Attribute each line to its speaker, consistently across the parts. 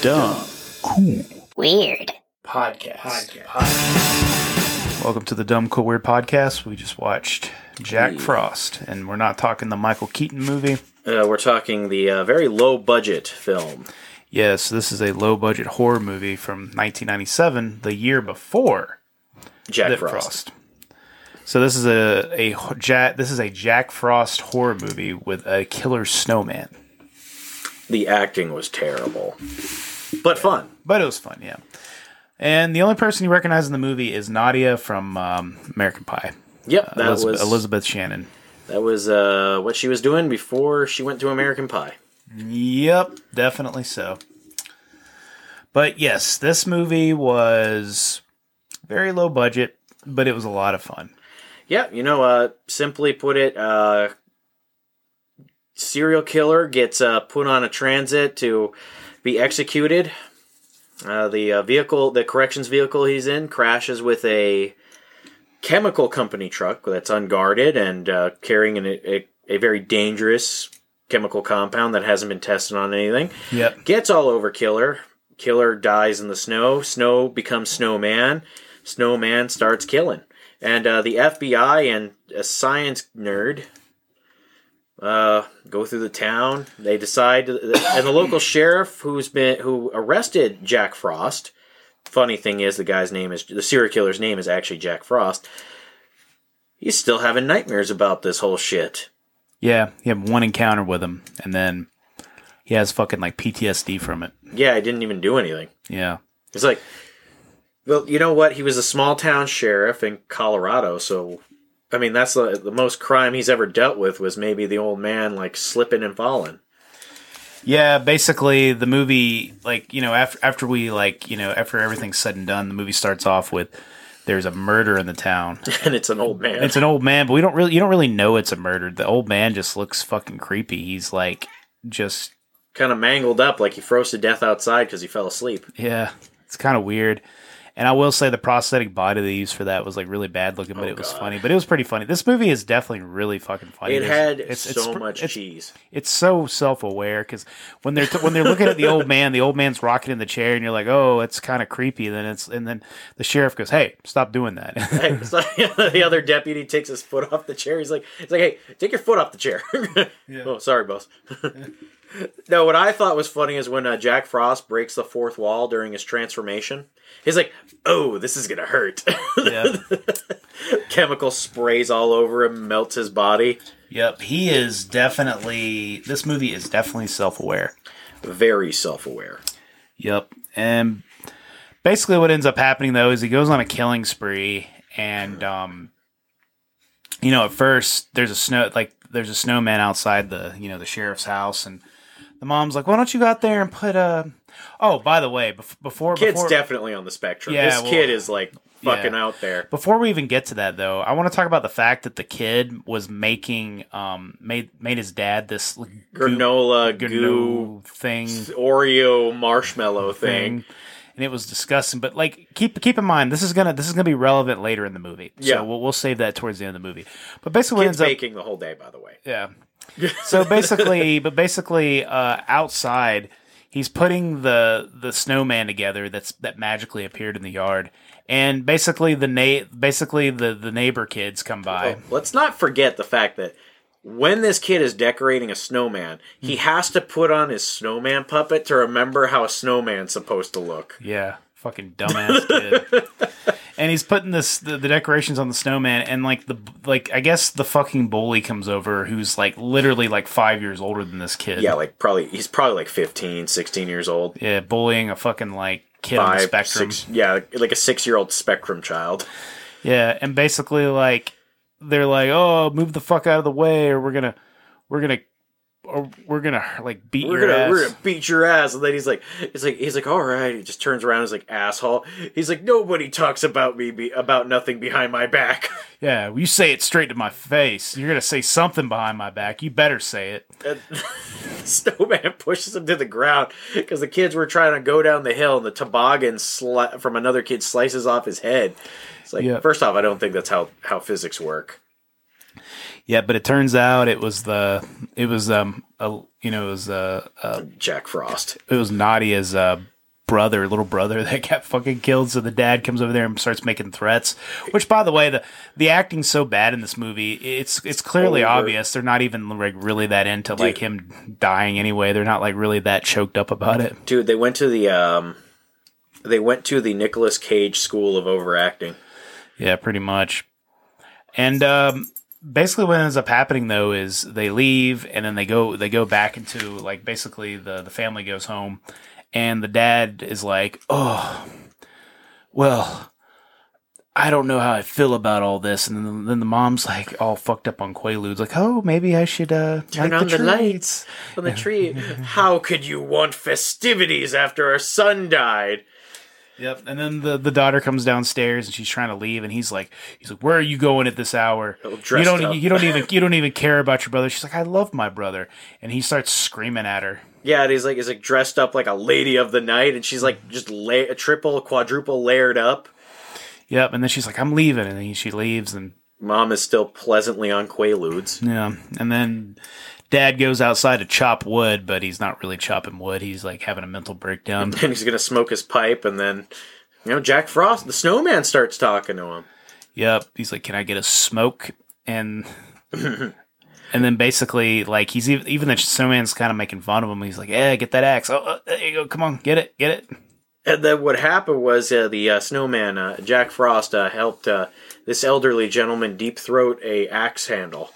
Speaker 1: Dumb. Cool.
Speaker 2: Weird.
Speaker 1: Podcast. Welcome to the Dumb Cool Weird Podcast. We just watched Jack Frost, and we're not talking the Michael Keaton movie.
Speaker 3: Uh, we're talking the uh, very low budget film.
Speaker 1: Yes, this is a low budget horror movie from 1997, the year before
Speaker 3: Jack
Speaker 1: Jack
Speaker 3: Frost.
Speaker 1: Frost. So this is a a ho- Jack this is a Jack Frost horror movie with a killer snowman,
Speaker 3: The acting was terrible, but fun.
Speaker 1: but it was fun, yeah. And the only person you recognize in the movie is Nadia from um, American Pie,
Speaker 3: Yep, that
Speaker 1: Elizabeth,
Speaker 3: was
Speaker 1: Elizabeth Shannon.
Speaker 3: that was uh, what she was doing before she went to American Pie.
Speaker 1: Yep, definitely so. But yes, this movie was very low budget, but it was a lot of fun.
Speaker 3: Yeah, you know, uh, simply put it, uh, serial killer gets uh, put on a transit to be executed. Uh, the uh, vehicle, the corrections vehicle he's in, crashes with a chemical company truck that's unguarded and uh, carrying an, a, a very dangerous chemical compound that hasn't been tested on anything.
Speaker 1: Yep.
Speaker 3: Gets all over Killer. Killer dies in the snow. Snow becomes Snowman. Snowman starts killing. And uh, the FBI and a science nerd uh, go through the town. They decide, and the local sheriff who's been who arrested Jack Frost. Funny thing is, the guy's name is the serial killer's name is actually Jack Frost. He's still having nightmares about this whole shit.
Speaker 1: Yeah, you have one encounter with him, and then he has fucking like PTSD from it.
Speaker 3: Yeah, I didn't even do anything.
Speaker 1: Yeah.
Speaker 3: It's like, well, you know what? He was a small town sheriff in Colorado, so I mean that's the, the most crime he's ever dealt with was maybe the old man like slipping and falling.
Speaker 1: Yeah, basically the movie like, you know, after after we like, you know, after everything's said and done, the movie starts off with there's a murder in the town.
Speaker 3: And it's an old man.
Speaker 1: It's an old man, but we don't really you don't really know it's a murder. The old man just looks fucking creepy. He's like just
Speaker 3: kind of mangled up like he froze to death outside because he fell asleep.
Speaker 1: yeah, it's kind of weird. And I will say the prosthetic body they used for that was like really bad looking,
Speaker 3: Oh,
Speaker 1: but it was funny. But it was pretty funny. This movie is definitely really fucking funny.
Speaker 3: It
Speaker 1: There's-
Speaker 3: had so
Speaker 1: pr-
Speaker 3: much
Speaker 1: it's-
Speaker 3: cheese.
Speaker 1: it's so self-aware because when they're when they're looking at the old man, the old man's rocking in the chair, and you're like, "Oh, it's kind of creepy." Then it's and then the sheriff goes, "Hey, stop doing that."
Speaker 3: Hey, so the other deputy takes his foot off the chair. He's like, "It's like, hey, take your foot off the chair." Oh, sorry, boss. no, what I thought was funny is when uh, Jack Frost breaks the fourth wall during his transformation. He's like, "Oh, this is gonna hurt."
Speaker 1: yep.
Speaker 3: Chemical sprays all over him, melts his body.
Speaker 1: yep, he is definitely. This movie is definitely self-aware.
Speaker 3: Very self-aware.
Speaker 1: Yep, and basically what ends up happening though is he goes on a killing spree, and um, you know, at first there's a snow like there's a snowman outside the you know the sheriff's house, and the mom's like, "Why don't you go out there and put a." Oh, by the way, bef- before
Speaker 3: Kid's
Speaker 1: before,
Speaker 3: definitely on the spectrum.
Speaker 1: Yeah,
Speaker 3: this
Speaker 1: well,
Speaker 3: kid is like fucking
Speaker 1: yeah.
Speaker 3: out there.
Speaker 1: Before we even get to that, though, I want to talk about the fact that the kid was making, um, made made his dad this like, goo-
Speaker 3: Granola, goo,
Speaker 1: gnu thing,
Speaker 3: Oreo marshmallow thing.
Speaker 1: thing, and it was disgusting. But like, keep keep in mind, this is gonna this is gonna be relevant later in the movie.
Speaker 3: Yeah.
Speaker 1: so we'll, we'll save that towards the end of the movie. But basically, what ends
Speaker 3: Kid's
Speaker 1: up
Speaker 3: baking the whole day, by the way.
Speaker 1: Yeah. So basically, but basically, uh, outside, he's putting the the snowman together that's that magically appeared in the yard, and basically the na- basically the the neighbor kids come by.
Speaker 3: Let's not forget the fact that when this kid is decorating a snowman,
Speaker 1: Hmm.
Speaker 3: he has to put on his snowman puppet to remember how a snowman's supposed to look.
Speaker 1: Yeah, fucking dumbass kid. And he's putting this the, the decorations on the snowman, and like the like I guess the fucking bully comes over, who's like literally like five years older than this kid.
Speaker 3: Yeah, like probably he's probably like 15, 16 years old.
Speaker 1: yeah, bullying a fucking like kid on the
Speaker 3: Five,
Speaker 1: spectrum.
Speaker 3: six, yeah, like a six-year-old spectrum child.
Speaker 1: Yeah, and basically like they're like, "Oh, move the fuck out of the way, or we're gonna, we're gonna, or we're gonna like beat
Speaker 3: We're
Speaker 1: your
Speaker 3: gonna,
Speaker 1: ass."
Speaker 3: we're gonna beat your ass, and then he's like, he's like, he's like, all right. He just turns around, he's like, asshole. He's like, nobody talks about me, be, about nothing behind my back.
Speaker 1: Yeah, well, you say it straight to my face. You're gonna say something behind my back. You better say it.
Speaker 3: And snowman pushes him to the ground because the kids were trying to go down the hill and the toboggan sli- from another kid slices off his head it's like
Speaker 1: Yeah.
Speaker 3: first off i don't think that's how, how physics work
Speaker 1: Yeah, but it turns out it was the it was um a, you know it was uh, uh
Speaker 3: jack frost
Speaker 1: it was Nadia's uh brother, little brother that got fucking killed. So the dad comes over there and starts making threats. Which, by the way, the the acting's so bad in this movie. It's it's clearly
Speaker 3: Over.
Speaker 1: obvious they're not even like really that into like him dying anyway. They're not like really that choked up about it.
Speaker 3: Dude, they went to the um, they went to the Nicolas Cage School of Overacting.
Speaker 1: Yeah, pretty much. And um, basically, what ends up happening though is they leave, and then they go they go back into like basically the the family goes home, and the dad is like, "Oh, well." I don't know how I feel about all this, and then, then the mom's like all fucked up on Quaaludes, like, "Oh, maybe I should uh,
Speaker 3: Turn
Speaker 1: light
Speaker 3: on the
Speaker 1: tree."
Speaker 3: lights on the tree. How could you want festivities after our son died?
Speaker 1: Yep. And then the, the daughter comes downstairs and she's trying to leave, and he's like, he's like, "Where are you going at this hour?
Speaker 3: Oh,
Speaker 1: you
Speaker 3: dressed
Speaker 1: don't e,
Speaker 3: up."
Speaker 1: you don't even you don't even care about your brother." She's like, "I love my brother," and he starts screaming at her.
Speaker 3: Yeah, and he's like he's like dressed up like a lady of the night, and she's like just la- triple, quadruple layered up.
Speaker 1: Yep. And then she's like, "I'm leaving," and he, she leaves, and
Speaker 3: Mom is still pleasantly on Quaaludes.
Speaker 1: yeah, and then dad goes outside to chop wood, but he's not really chopping wood. He's like having a mental breakdown.
Speaker 3: And he's gonna smoke his pipe, and then you know Jack Frost, the snowman, starts talking to him.
Speaker 1: yep. He's like, "Can I get a smoke?" and And then basically, like he's even, even the snowman's kind of making fun of him. He's like, "Yeah, get that axe! Oh, uh, there you go! Come on, get it, get it!"
Speaker 3: And then what happened was uh, the uh, snowman, uh, Jack Frost, uh, helped uh, this elderly gentleman deep throat a axe handle.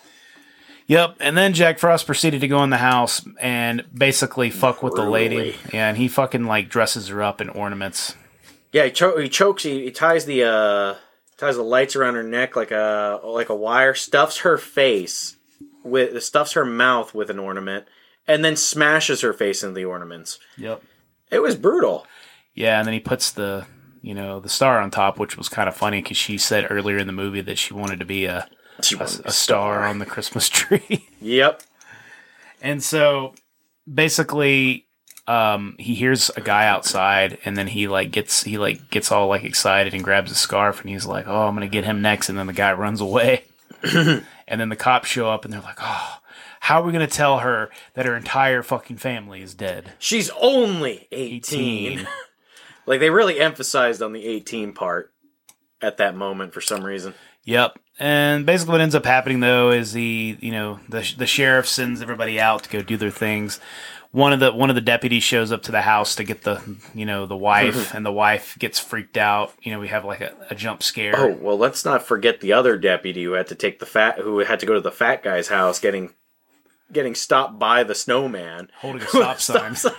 Speaker 1: Yep. And then Jack Frost proceeded to go in the house and basically fuck with the lady.
Speaker 3: Brutally.
Speaker 1: Yeah, and he fucking like dresses her up in ornaments.
Speaker 3: Yeah, he, cho- he chokes. He, he ties the uh, ties the lights around her neck like a like a wire. Stuffs her face with stuffs her mouth with an ornament, and then smashes her face into the ornaments.
Speaker 1: Yep.
Speaker 3: It was brutal.
Speaker 1: Yeah, and then he puts the you know the star on top, which was kind of funny because she said earlier in the movie that she wanted to be a a, a star on the Christmas tree.
Speaker 3: Yep.
Speaker 1: And so basically um he hears a guy outside and then he like gets he like gets all like excited and grabs his scarf and he's like, "Oh, I'm going to get him next." And then the guy runs away. and then the cops show up and they're like, "Oh, how are we going to tell her that her entire fucking family is dead?"
Speaker 3: She's only eighteen. Like they really emphasized on the eighteen part at that moment for some reason.
Speaker 1: Yep. And basically, what ends up happening though is the you know the the sheriff sends everybody out to go do their things. One of the one of the deputies shows up to the house to get the you know the
Speaker 3: Mm-hmm.
Speaker 1: wife, and the wife gets freaked out. You know, we have like a, a jump scare.
Speaker 3: Oh well, let's not forget the other deputy who had to take the fat, who had to go to the fat guy's house, getting getting stopped by the snowman
Speaker 1: Holding a stop sign.
Speaker 3: sign.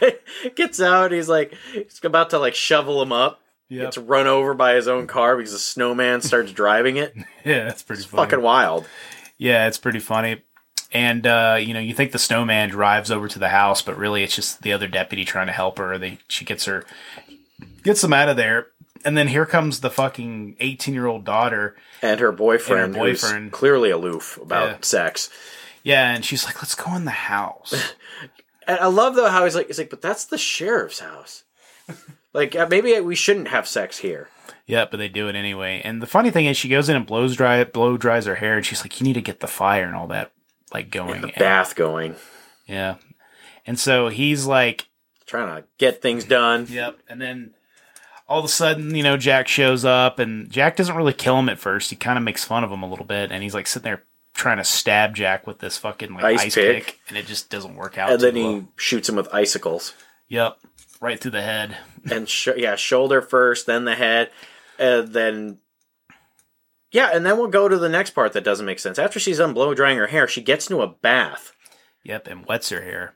Speaker 3: Gets out. He's like, he's about to like shovel him up.
Speaker 1: Yep.
Speaker 3: Gets run over by his own car because the snowman starts driving it.
Speaker 1: yeah, that's pretty funny.
Speaker 3: Fucking wild.
Speaker 1: yeah, it's pretty funny. And uh, you know, you think the snowman drives over to the house, but really it's just the other deputy trying to help her. They she gets her gets them out of there, and then here comes the fucking eighteen year old daughter.
Speaker 3: And her boyfriend, who's
Speaker 1: boyfriend.
Speaker 3: clearly aloof about
Speaker 1: Yeah.
Speaker 3: sex.
Speaker 1: Yeah, and she's like, "Let's go in the house."
Speaker 3: And I love though how he's like, he's like, but that's the sheriff's house. like uh, maybe we shouldn't have sex here.
Speaker 1: yeah, but they do it anyway. And the funny thing is, she goes in and blows dry, blow dries her hair, and she's like, "You need to get the fire and all that like going."
Speaker 3: The
Speaker 1: And-
Speaker 3: bath going,
Speaker 1: yeah, and so he's like,
Speaker 3: trying to get things done.
Speaker 1: "Yep," and then all of a sudden, you know, Jack shows up, and Jack doesn't really kill him at first. He kind of makes fun of him a little bit, and he's like sitting there trying to stab Jack with this fucking like ice,
Speaker 3: Ice
Speaker 1: pick.
Speaker 3: pick.
Speaker 1: and it just doesn't work out.
Speaker 3: and
Speaker 1: too
Speaker 3: then he
Speaker 1: well.
Speaker 3: shoots him with icicles
Speaker 1: yep, right through the head.
Speaker 3: and sh- yeah shoulder first then the head and then yeah and then we'll go to the next part that doesn't make sense after she's done blow drying her hair she gets into a bath
Speaker 1: Yep, and wets her hair.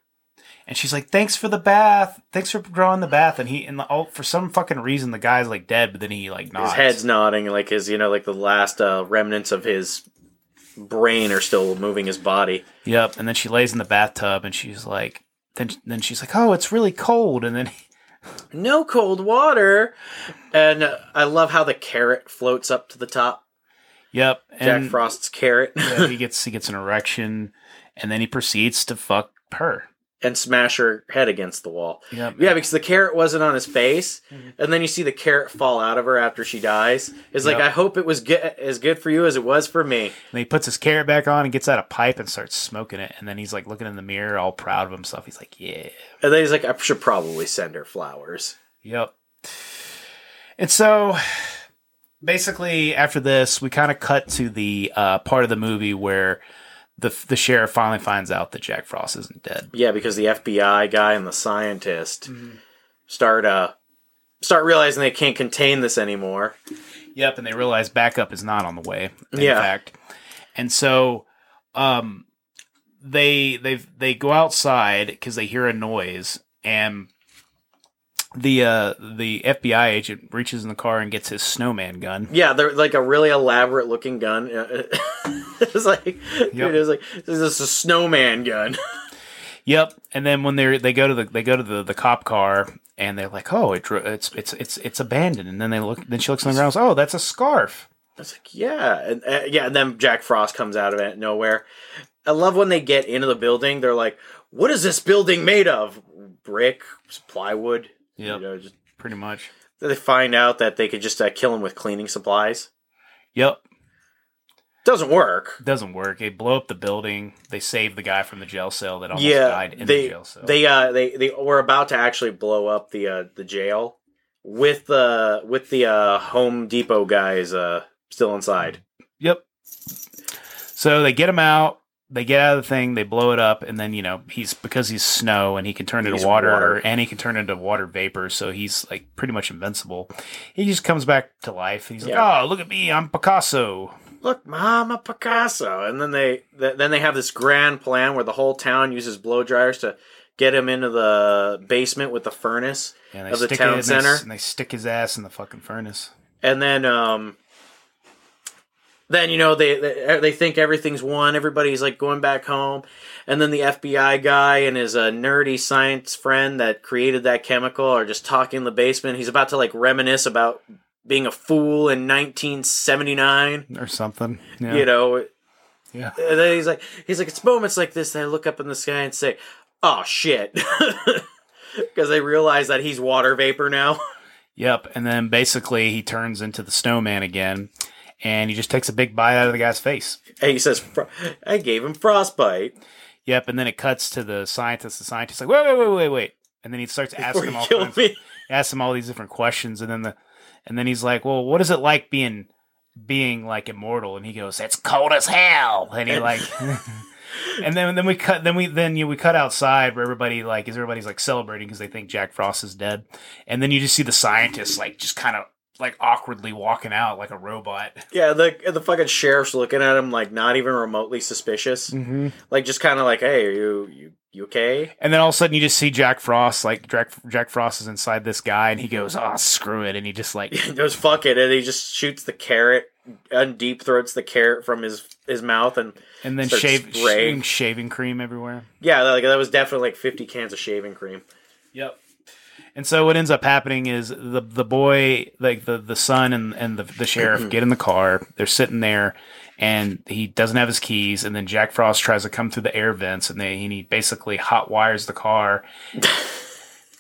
Speaker 1: And she's like, "Thanks for the bath. Thanks for drawing the bath." And he and the, oh, for some fucking reason, the guy's like dead, but then he like nods.
Speaker 3: his head's nodding like his you know like the last uh, remnants of his brain are still moving his body
Speaker 1: Yep. And then she lays in the bathtub, and she's like, then then she's like, "Oh, it's really cold." And then
Speaker 3: no cold water and uh, i love how the carrot floats up to the top
Speaker 1: yep,
Speaker 3: jack
Speaker 1: and
Speaker 3: frost's carrot
Speaker 1: yeah, he gets he gets an erection, and then he proceeds to fuck her.
Speaker 3: and smash her head against the wall
Speaker 1: Yep.
Speaker 3: Yeah, because the carrot wasn't on his face,
Speaker 1: Mm-hmm.
Speaker 3: and then you see the carrot fall out of her after she dies. It's like
Speaker 1: Yep.
Speaker 3: I hope it was good, as good for you as it was for me.
Speaker 1: And he puts his carrot back on and gets out a pipe and starts smoking it. And then he's like looking in the mirror, all proud of himself. He's like, "Yeah."
Speaker 3: And then he's like, I should probably send her flowers.
Speaker 1: Yep. And so basically after this, we kind of cut to the uh, part of the movie where the the sheriff finally finds out that Jack Frost isn't dead.
Speaker 3: Yeah, because the FBI guy and the scientist
Speaker 1: Mm-hmm.
Speaker 3: start uh start realizing they can't contain this anymore.
Speaker 1: Yep, and they realize backup is not on the way. In
Speaker 3: Yeah.
Speaker 1: fact, and so um, they they they go outside because they hear a noise, and the uh, the FBI agent reaches in the car and gets his snowman gun.
Speaker 3: Yeah, they're like a really elaborate looking gun. it's like dude, it's like this is a snowman gun.
Speaker 1: Yep, and then when they they go to the they go to the, the cop car. And they're like, "Oh, it, dro- it's it's it's it's abandoned." And then they look. Then she looks on the ground. And goes, oh, that's a scarf.
Speaker 3: It's like, yeah, and uh, yeah, and then Jack Frost comes out of it nowhere. I love when they get into the building. They're like, "What is this building made of? Brick, plywood."
Speaker 1: Yep.
Speaker 3: You know, just,
Speaker 1: Pretty much.
Speaker 3: they find out that they could just uh, kill him with cleaning supplies.
Speaker 1: Yep.
Speaker 3: Doesn't work.
Speaker 1: doesn't work. They blow up the building. They save the guy from the jail cell that almost
Speaker 3: Yeah,
Speaker 1: died in the
Speaker 3: they
Speaker 1: jail cell.
Speaker 3: they uh they they were about to actually blow up the uh, the jail with the with the uh, Home Depot guys uh still inside.
Speaker 1: yep. So they get him out. They get out of the thing. They blow it up, and then you know he's because he's snow and he can turn
Speaker 3: He's
Speaker 1: into water,
Speaker 3: water.
Speaker 1: and he can turn into water vapor. So he's like pretty much invincible. He just comes back to life, and he's
Speaker 3: Yeah.
Speaker 1: like, "Oh, look at me! I'm Picasso."
Speaker 3: look mama picasso and then they th- then they have this grand plan where the whole town uses blow dryers to get him into the basement with the furnace
Speaker 1: And
Speaker 3: Of the
Speaker 1: stick
Speaker 3: town
Speaker 1: it in his-
Speaker 3: center?
Speaker 1: and they stick his ass in the fucking furnace.
Speaker 3: and then um then you know they uh, they, they think everything's won everybody's like going back home and then the fbi guy and his uh, nerdy science friend that created that chemical are just talking in the basement he's about to like reminisce about being a fool in 1979
Speaker 1: Or something, yeah.
Speaker 3: you know
Speaker 1: yeah.
Speaker 3: And then he's like, he's like, it's moments like this that I look up in the sky and say, "Oh shit," because they realize that he's water vapor now.
Speaker 1: Yep. And then basically he turns into the snowman again and he just takes a big bite out of the guy's face.
Speaker 3: And he says, "Fro- "I gave him frostbite."
Speaker 1: Yep. And then it cuts to the scientist. The scientist's like, wait, wait, wait, wait, wait. And then he starts
Speaker 3: Before
Speaker 1: asking him
Speaker 3: he
Speaker 1: all
Speaker 3: killed
Speaker 1: kinds,
Speaker 3: me.
Speaker 1: asks him all these different questions. And then the and then he's like, Well, what is it like being being like immortal? And he goes, It's cold as hell. And he like And then, then we cut. Then we then you we cut outside where everybody like is everybody's like celebrating because they think Jack Frost is dead, and then you just see the scientists like just kind of like awkwardly walking out like a robot.
Speaker 3: Yeah, the the fucking sheriff's looking at him like not even remotely suspicious,
Speaker 1: Mm-hmm.
Speaker 3: like just kind of like, "Hey, are you you you okay?"
Speaker 1: And then all of a sudden, you just see Jack Frost. Like Jack, Jack Frost is inside this guy, and he goes, "Oh, screw it!" And he just like,
Speaker 3: He goes, "Fuck it," and he just shoots the carrot and deep throats the carrot from his his mouth, and
Speaker 1: and then
Speaker 3: Starts
Speaker 1: shave
Speaker 3: spraying.
Speaker 1: shaving, shaving cream everywhere.
Speaker 3: yeah, like that was definitely like fifty cans of shaving cream.
Speaker 1: Yep. And so what ends up happening is the the boy, like the the son and and the the
Speaker 3: Mm-hmm.
Speaker 1: sheriff get in the car. They're sitting there, and he doesn't have his keys. And then Jack Frost tries to come through the air vents, and they and he basically hot wires the car.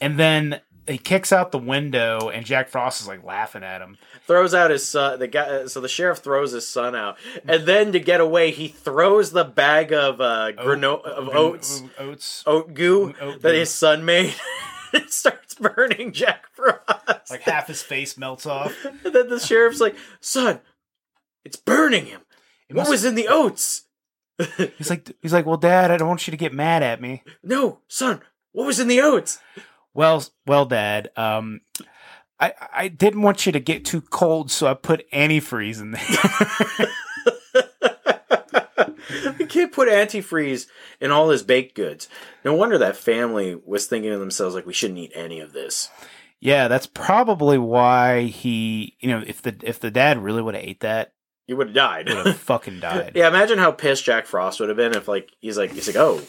Speaker 1: and then he kicks out the window, and Jack Frost is like laughing at him.
Speaker 3: throws out his son. The guy, so the sheriff throws his son out, and then to get away, he throws the bag of uh, grano- of oats,
Speaker 1: oats,
Speaker 3: oat goo
Speaker 1: Oat
Speaker 3: that
Speaker 1: goo.
Speaker 3: his son made. it starts burning Jack Frost.
Speaker 1: like half his face melts off.
Speaker 3: and then the sheriff's like, "Son, it's burning him.
Speaker 1: It
Speaker 3: What
Speaker 1: must-
Speaker 3: was in the oats?
Speaker 1: he's like he's like, well, Dad, I don't want you to get mad at me.
Speaker 3: No, son." What was in the oats?
Speaker 1: Well, well, Dad. Um, I I didn't want you to get too cold, so I put antifreeze in there.
Speaker 3: The kid put antifreeze in all his baked goods. No wonder that family was thinking to themselves, like, we shouldn't eat any of this.
Speaker 1: yeah, that's probably why he. You know, if the if the dad really would have ate that,
Speaker 3: You would have died.
Speaker 1: would have fucking died.
Speaker 3: Yeah, imagine how pissed Jack Frost would have been if like he's like he's like, oh,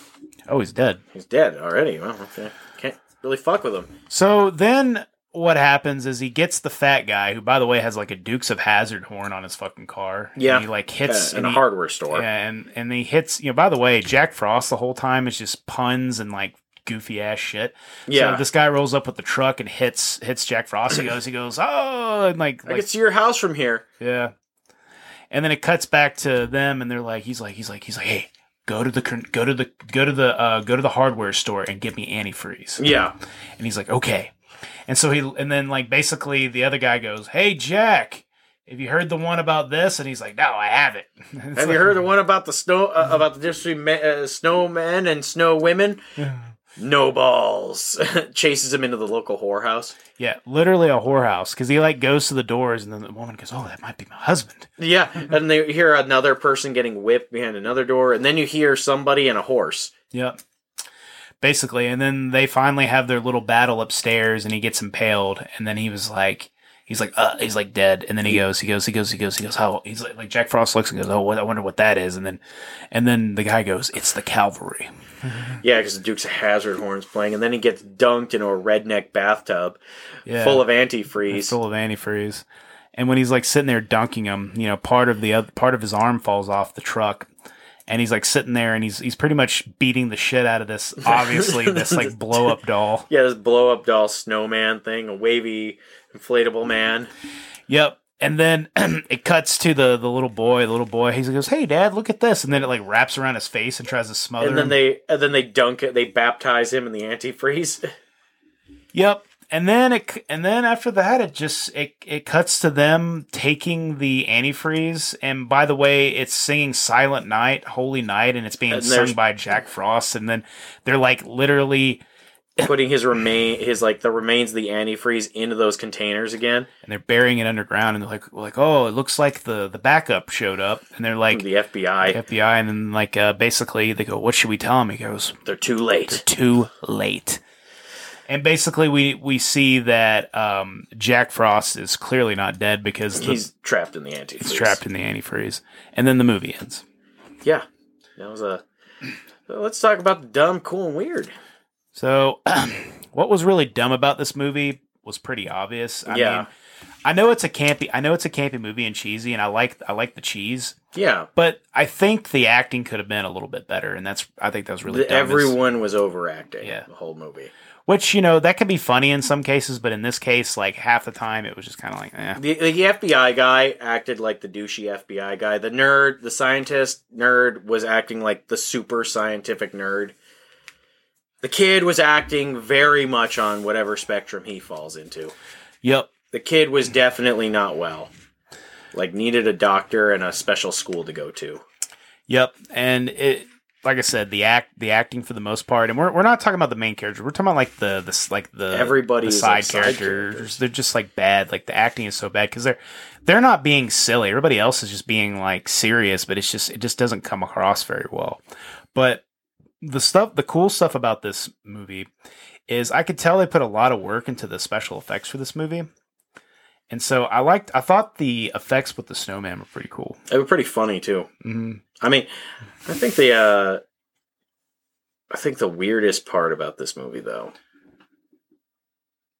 Speaker 1: Oh, he's dead.
Speaker 3: he's dead already. Well, okay, can't really fuck with him.
Speaker 1: So then. What happens is he gets the fat guy, who by the way has like a Dukes of Hazard horn on his fucking car. and
Speaker 3: Yeah.
Speaker 1: he like hits
Speaker 3: It's in a
Speaker 1: he-
Speaker 3: hardware store.
Speaker 1: Yeah, and and he hits. You know, by the way, Jack Frost the whole time is just puns and like goofy ass shit.
Speaker 3: Yeah.
Speaker 1: So this guy rolls up with the truck and hits hits Jack Frost. He goes, he goes, oh, and like,
Speaker 3: I
Speaker 1: like
Speaker 3: could see your house from here.
Speaker 1: yeah. And then it cuts back to them, and they're like, he's like, he's like, he's like, hey, go to the con- go to the go to the uh, go to the hardware store and get me antifreeze.
Speaker 3: Yeah,
Speaker 1: And he's like, okay. And so he and then like basically the other guy goes, "Hey Jack, have you heard the one about this?" And he's like, "No, I haven't." It's
Speaker 3: Have you
Speaker 1: like- Mm-hmm.
Speaker 3: heard the one about the snow uh, about the difference between men, uh, snowmen and snow women? No balls. Chases him into the local whorehouse.
Speaker 1: Yeah, literally a whorehouse because he like goes to the doors and then the woman goes, "Oh, that might be my husband."
Speaker 3: Yeah,
Speaker 1: Mm-hmm.
Speaker 3: and they hear another person getting whipped behind another door, and then you hear somebody and a horse.
Speaker 1: Yep. Basically, and then they finally have their little battle upstairs, and he gets impaled, and then he was like, he's like, uh, he's like dead, and then he goes, he goes, he goes, he goes, he goes, how? He's like, like Jack Frost looks and goes, oh, what, I wonder what that is, and then, and then the guy goes, it's the cavalry.
Speaker 3: Yeah, because the Duke's a Hazard horns playing, and then he gets dunked into a redneck bathtub
Speaker 1: Yeah.
Speaker 3: full of antifreeze.
Speaker 1: full of antifreeze. And when he's like sitting there dunking him, you know, part of the other, part of his arm falls off the truck, and he's like sitting there, and he's he's pretty much beating the shit out of this obviously this like blow up doll.
Speaker 3: yeah, this blow up doll snowman thing, a wavy inflatable man.
Speaker 1: Yep. And then it cuts to the the little boy. The little boy he goes, "Hey, Dad, look at this!" And then it like wraps around his face and tries to smother
Speaker 3: And then
Speaker 1: him.
Speaker 3: they and then they dunk it. They baptize him in the antifreeze.
Speaker 1: Yep. And then it c- and then after that it just it it cuts to them taking the antifreeze and by the way it's singing Silent Night, Holy Night and it's being
Speaker 3: And there's-
Speaker 1: sung by Jack Frost and then they're like literally
Speaker 3: putting his remain his like the remains of the antifreeze into those containers again.
Speaker 1: and they're burying it underground and they're like like oh it looks like the the backup showed up and they're like
Speaker 3: The FBI,
Speaker 1: FBI and then like uh, basically they go what should we tell him he goes
Speaker 3: they're too late.
Speaker 1: too late. And basically, we we see that um, Jack Frost is clearly not dead because the, he's,
Speaker 3: He's trapped in the antifreeze.
Speaker 1: trapped in the antifreeze. And then the movie ends.
Speaker 3: Yeah, that was a. So let's talk about the dumb, cool, and weird.
Speaker 1: So, what was really dumb about this movie was pretty obvious. I
Speaker 3: Yeah.
Speaker 1: mean, I know it's a campy. I know it's a campy movie and cheesy, and I like I like the cheese,
Speaker 3: Yeah,
Speaker 1: but I think the acting could have been a little bit better, and that's I think that was really
Speaker 3: the,
Speaker 1: dumb. It's-
Speaker 3: everyone was overacting.
Speaker 1: Yeah.
Speaker 3: the whole movie.
Speaker 1: which you know that could be funny in some cases, but in this case, like half the time it was just kind of like, eh.
Speaker 3: The, the FBI guy acted like the douchey FBI guy. The nerd, the scientist nerd, was acting like the super scientific nerd. The kid was acting very much on whatever spectrum he falls into.
Speaker 1: yep,
Speaker 3: the kid was definitely not well. Like needed a doctor and a special school to go to.
Speaker 1: Yep, and it like I said, the act the acting for the most part, and we're, we're not talking about the main character. We're talking about like the this like the
Speaker 3: Everybody
Speaker 1: the
Speaker 3: is,
Speaker 1: side,
Speaker 3: like, side
Speaker 1: characters.
Speaker 3: characters.
Speaker 1: They're just like bad. Like the acting is so bad because they're they're not being silly. Everybody else is just being like serious, but it's just it just doesn't come across very well. But the stuff, the cool stuff about this movie is I could tell they put a lot of work into the special effects for this movie. And so I liked, I thought the effects with the snowman were pretty cool.
Speaker 3: They were pretty funny too.
Speaker 1: Mm-hmm.
Speaker 3: I mean, I think the uh I think the weirdest part about this movie though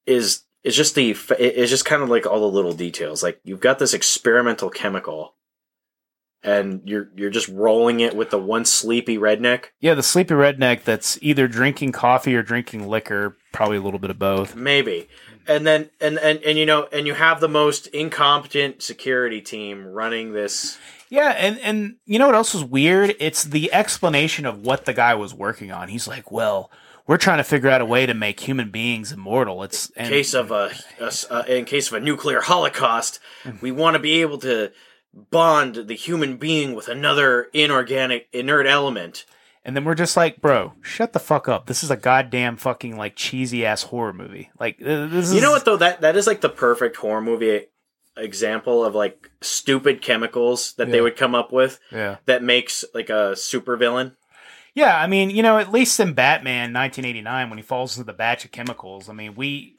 Speaker 3: is is just the f- it- it's just kind of like all the little details. Like you've got this experimental chemical and you're you're just rolling it with the one sleepy redneck.
Speaker 1: Yeah, the sleepy redneck that's either drinking coffee or drinking liquor, probably a little bit of both.
Speaker 3: maybe and then and, and and you know and you have the most incompetent security team running this
Speaker 1: Yeah, and and you know what else was weird? It's the explanation of what the guy was working on. He's like, "Well, we're trying to figure out a way to make human beings immortal." It's and,
Speaker 3: case of a, a s- uh, in case of a nuclear holocaust
Speaker 1: Hmm.
Speaker 3: we want to be able to bond the human being with another inorganic inert element
Speaker 1: and then we're just like, "Bro, shut the fuck up. This is a goddamn fucking like cheesy ass horror movie." Like th- this is
Speaker 3: you know what though that that is like the perfect horror movie example of like stupid chemicals that they
Speaker 1: Yeah.
Speaker 3: would come up with
Speaker 1: Yeah.
Speaker 3: that makes like a supervillain
Speaker 1: Yeah, I mean, you know, at least in Batman 1989, when he falls into the batch of chemicals, I mean, we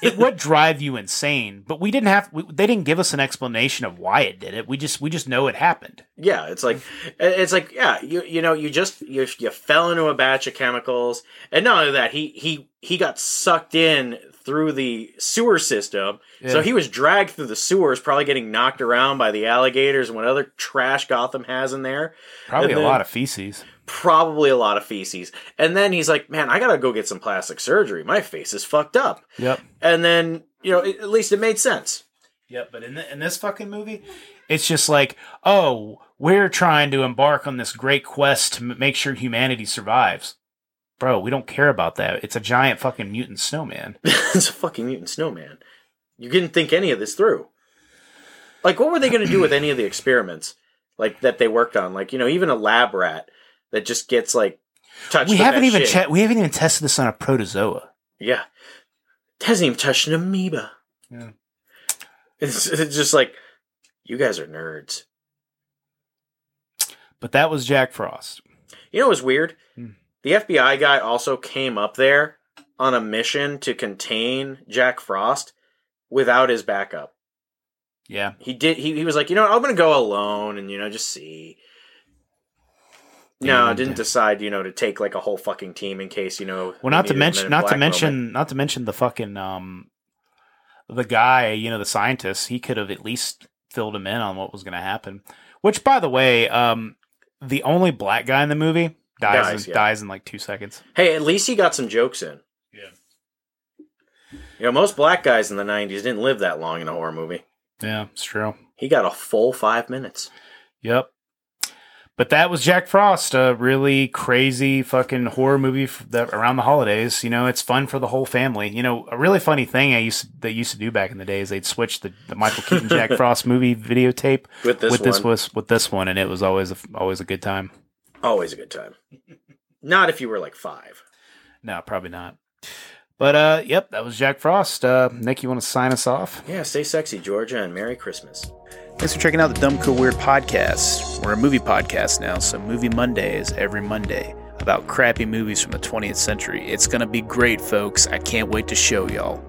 Speaker 1: it would drive you insane, but we didn't have we, they didn't give us an explanation of why it did it. We just we just know it happened.
Speaker 3: Yeah, it's like it's like yeah, you you know you just you, you fell into a batch of chemicals, and not only that he he he got sucked in through the sewer system, so
Speaker 1: Yeah.
Speaker 3: he was dragged through the sewers, probably getting knocked around by the alligators and what other trash Gotham has in there,
Speaker 1: Probably
Speaker 3: And
Speaker 1: a
Speaker 3: then-
Speaker 1: lot of feces.
Speaker 3: probably a lot of feces, and then he's like, man, I gotta go get some plastic surgery, my face is fucked up,
Speaker 1: Yep.
Speaker 3: and then you know at least it made sense.
Speaker 1: Yep, but in the, in this fucking movie, it's just like, "Oh, we're trying to embark on this great quest to m- make sure humanity survives." bro, we don't care about that. It's a giant fucking mutant snowman.
Speaker 3: it's a fucking mutant snowman. You didn't think any of this through. Like, what were they going to do with any of the experiments, like that they worked on? Like, you know, even a lab rat that just gets like touched.
Speaker 1: we
Speaker 3: with
Speaker 1: haven't
Speaker 3: that
Speaker 1: even
Speaker 3: shit.
Speaker 1: che- we haven't even tested this on a protozoa.
Speaker 3: Yeah, it hasn't even touched an amoeba.
Speaker 1: Yeah.
Speaker 3: It's, it's just like you guys are nerds.
Speaker 1: But that was Jack Frost.
Speaker 3: You know what's weird?
Speaker 1: Hmm.
Speaker 3: The FBI guy also came up there on a mission to contain Jack Frost without his backup.
Speaker 1: Yeah.
Speaker 3: He did. He, he was like, you know, what, I'm gonna go alone and you know just see. No,
Speaker 1: Yeah,
Speaker 3: didn't
Speaker 1: yeah.
Speaker 3: decide you know to take like a whole fucking team in case you know.
Speaker 1: uh, Well,
Speaker 3: they
Speaker 1: not to
Speaker 3: needed a Men
Speaker 1: mention,
Speaker 3: in
Speaker 1: not to
Speaker 3: Black
Speaker 1: mention,
Speaker 3: moment.
Speaker 1: not to mention the fucking um, the guy. You know, the scientist. He could have at least filled him in on what was going to happen. Which, by the way, um, the only black guy in the movie dies
Speaker 3: Dies,
Speaker 1: in,
Speaker 3: yeah.
Speaker 1: dies in like two seconds.
Speaker 3: Hey, at least he got some jokes in.
Speaker 1: Yeah.
Speaker 3: You know, most black guys in the '90s didn't live that long in a horror movie.
Speaker 1: Yeah, it's true.
Speaker 3: He got a full five minutes.
Speaker 1: Yep. But that was Jack Frost, a really crazy fucking horror movie f- that around the holidays. You know, it's fun for the whole family. You know, a really funny thing I used to, they used to do back in the days, they'd switch the, the Michael Keaton Jack Frost movie videotape
Speaker 3: With this
Speaker 1: with
Speaker 3: one,
Speaker 1: this was with this one, and it was always a, f- always a good time.
Speaker 3: always a good time. Not if you were like five.
Speaker 1: No, probably not. But uh, yep, that was Jack Frost. Uh, Nick, you want to sign us off?
Speaker 3: Yeah, stay sexy, Georgia, and Merry Christmas.
Speaker 2: Thanks for checking out the Dumb Cool Weird podcast. We're a movie podcast now, so Movie Monday is every Monday about crappy movies from the 20th century. It's going to be great, folks. I can't wait to show y'all.